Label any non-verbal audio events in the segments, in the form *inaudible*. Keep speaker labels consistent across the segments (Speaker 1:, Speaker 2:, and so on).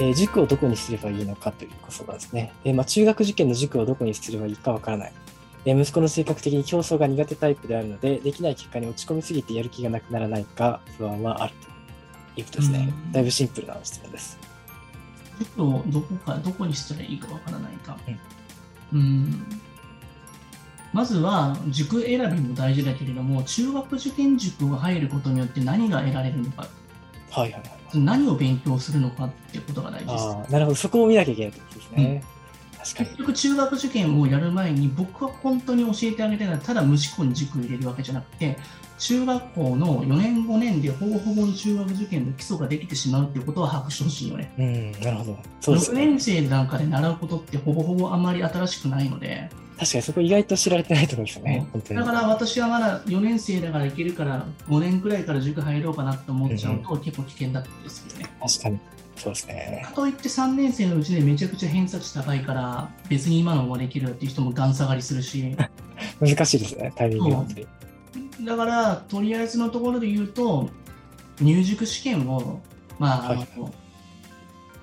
Speaker 1: えー塾をどこにすればいいのかというご相談ですね。えーまあ、中学受験の塾をどこにすればいいかわからない。えー息子の性格的に競争が苦手タイプであるので、できない結果に落ち込みすぎてやる気がなくならないか不安はあるということですね。
Speaker 2: うん
Speaker 1: だいぶシンプルな質問です。
Speaker 2: 塾をどこかどこにしたらいいかわからないか、うん、まずは塾選びも大事だけれども中学受験塾が入ることによって何が得られるのか
Speaker 1: はいはいはい。
Speaker 2: 何を勉強するのかっていうことが大事です
Speaker 1: ああ、なるほど。そこも見なきゃいけないってことですね。確かに
Speaker 2: 結。局中学受験をやる前に僕は本当に教えてあげたいのはただ無思考に塾を入れるわけじゃなくて中学校の4年5年でほぼほぼの中学受験の基礎ができてしまうっていうことは把握してほしいよね
Speaker 1: うん、なるほど。そうです
Speaker 2: 6
Speaker 1: ね。
Speaker 2: 年生なんかで習うことってほぼほぼあんまり新しくないので、
Speaker 1: 確かにそこ意外と知られてないところですよね。本当に。
Speaker 2: だから私はまだ4年生だからいけるから5年くらいから塾入ろうかなと思っちゃうと結構危険だったんですよね。
Speaker 1: 確かに。そうですね
Speaker 2: か。といって3年生のうちでめちゃくちゃ偏差値高いから別に今のままできるよっていう人もがん下がりす
Speaker 1: *laughs*
Speaker 2: るし
Speaker 1: 難しいですね。タイミングが本当に。
Speaker 2: だからとりあえずのところで言うと入塾試験をまあ、
Speaker 1: はい
Speaker 2: あの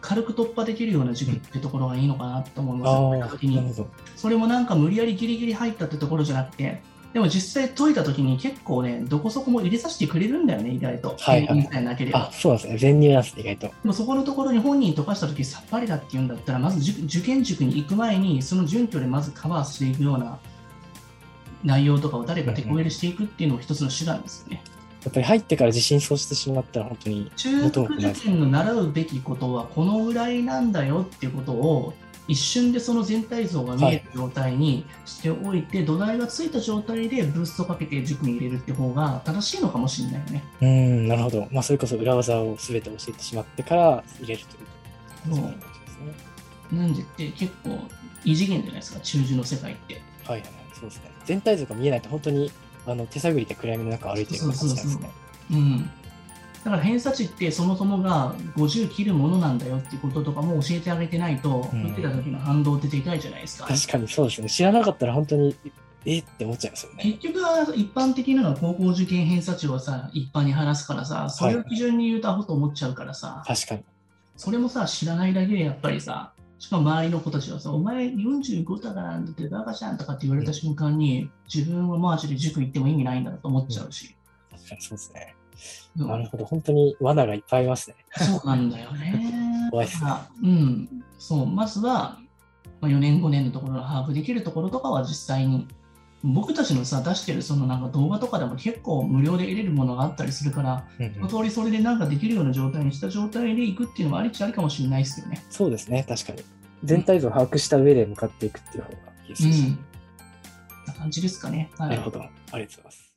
Speaker 2: 軽く突破できるような塾ってところがいいのかなと思い
Speaker 1: あ
Speaker 2: ます。
Speaker 1: あ
Speaker 2: 時
Speaker 1: ー、なる
Speaker 2: に
Speaker 1: ほど。
Speaker 2: それもなんか無理やりギリギリ入ったってところじゃなくて、でも実際解いたときに結構ね、どこそこも入れさせてくれるんだよね、意外と。
Speaker 1: はいはい
Speaker 2: みたいなけれ
Speaker 1: あ
Speaker 2: ば。、
Speaker 1: そうなんですね。全入なんですね、意外と。
Speaker 2: でもそこのところに本人解かしたときさっぱりだって言うんだったら、まず受受験塾に行く前に、その準拠でまずカバーしていくような内容とかを誰か手こ入れしていくっていうのも一つの手段ですよね。
Speaker 1: やっぱり入ってから自信喪失してしまったら本当に、
Speaker 2: 中学受験の習うべきことはこのぐらいなんだよっていうことを一瞬でその全体像が見える状態にしておいて、土台がついた状態でブーストかけて塾に入れるって方が正しいのかもしれないよね。
Speaker 1: うーん、なるほど。まあ、それこそ裏技を全て教えてしまってから入れるという
Speaker 2: う。ん
Speaker 1: そういう感じですね。
Speaker 2: なんでって結構異次元じゃないですか中受の世界って。
Speaker 1: はいはいはい、そうですね。全体像が見えないと本当に、あの、手探りで暗闇の中を歩いてるような感じなんです
Speaker 2: そうそう
Speaker 1: ね。
Speaker 2: うんだから偏差値ってそもそもが50切るものなんだよっていうこととかも教えてあげてないと、
Speaker 1: うん
Speaker 2: 受けた時の反動ってでかいじゃないですか。
Speaker 1: 確かにそうですね。知らなかったら本当に、えって思っちゃいますよね。
Speaker 2: 結局は一般的なのは高校受験偏差値をさ一般に話すからさそれを基準に言うとアホと思っちゃうからさ、
Speaker 1: 確かに。
Speaker 2: それもさ知らないだけでやっぱりさしかも周りの子たちはさお前45だからなんだってバカじゃんとかって言われた瞬間に自分はマージで塾行っても意味ないんだなと思っちゃうし、
Speaker 1: 確かにそうですね。
Speaker 2: うん
Speaker 1: なるほど。本当に罠がいっぱいありますね。
Speaker 2: そうなんだよね
Speaker 1: 怖いっすね
Speaker 2: だからうんそうまずはまあ4年5年のところの把握できるところとかは実際に僕たちのさ出してるそのなんか動画とかでも結構無料で得れるものがあったりするから
Speaker 1: うんうん
Speaker 2: 一通りそれでなんかできるような状態にした状態で行くっていうのもありっちゃありかもしれないですよね。
Speaker 1: そうですね、確かに。全体像を把握した上で向かっていくっていう方がいいです
Speaker 2: う
Speaker 1: ね。
Speaker 2: ん。な感じですかね。はい、
Speaker 1: なるほど。ありがとうございます。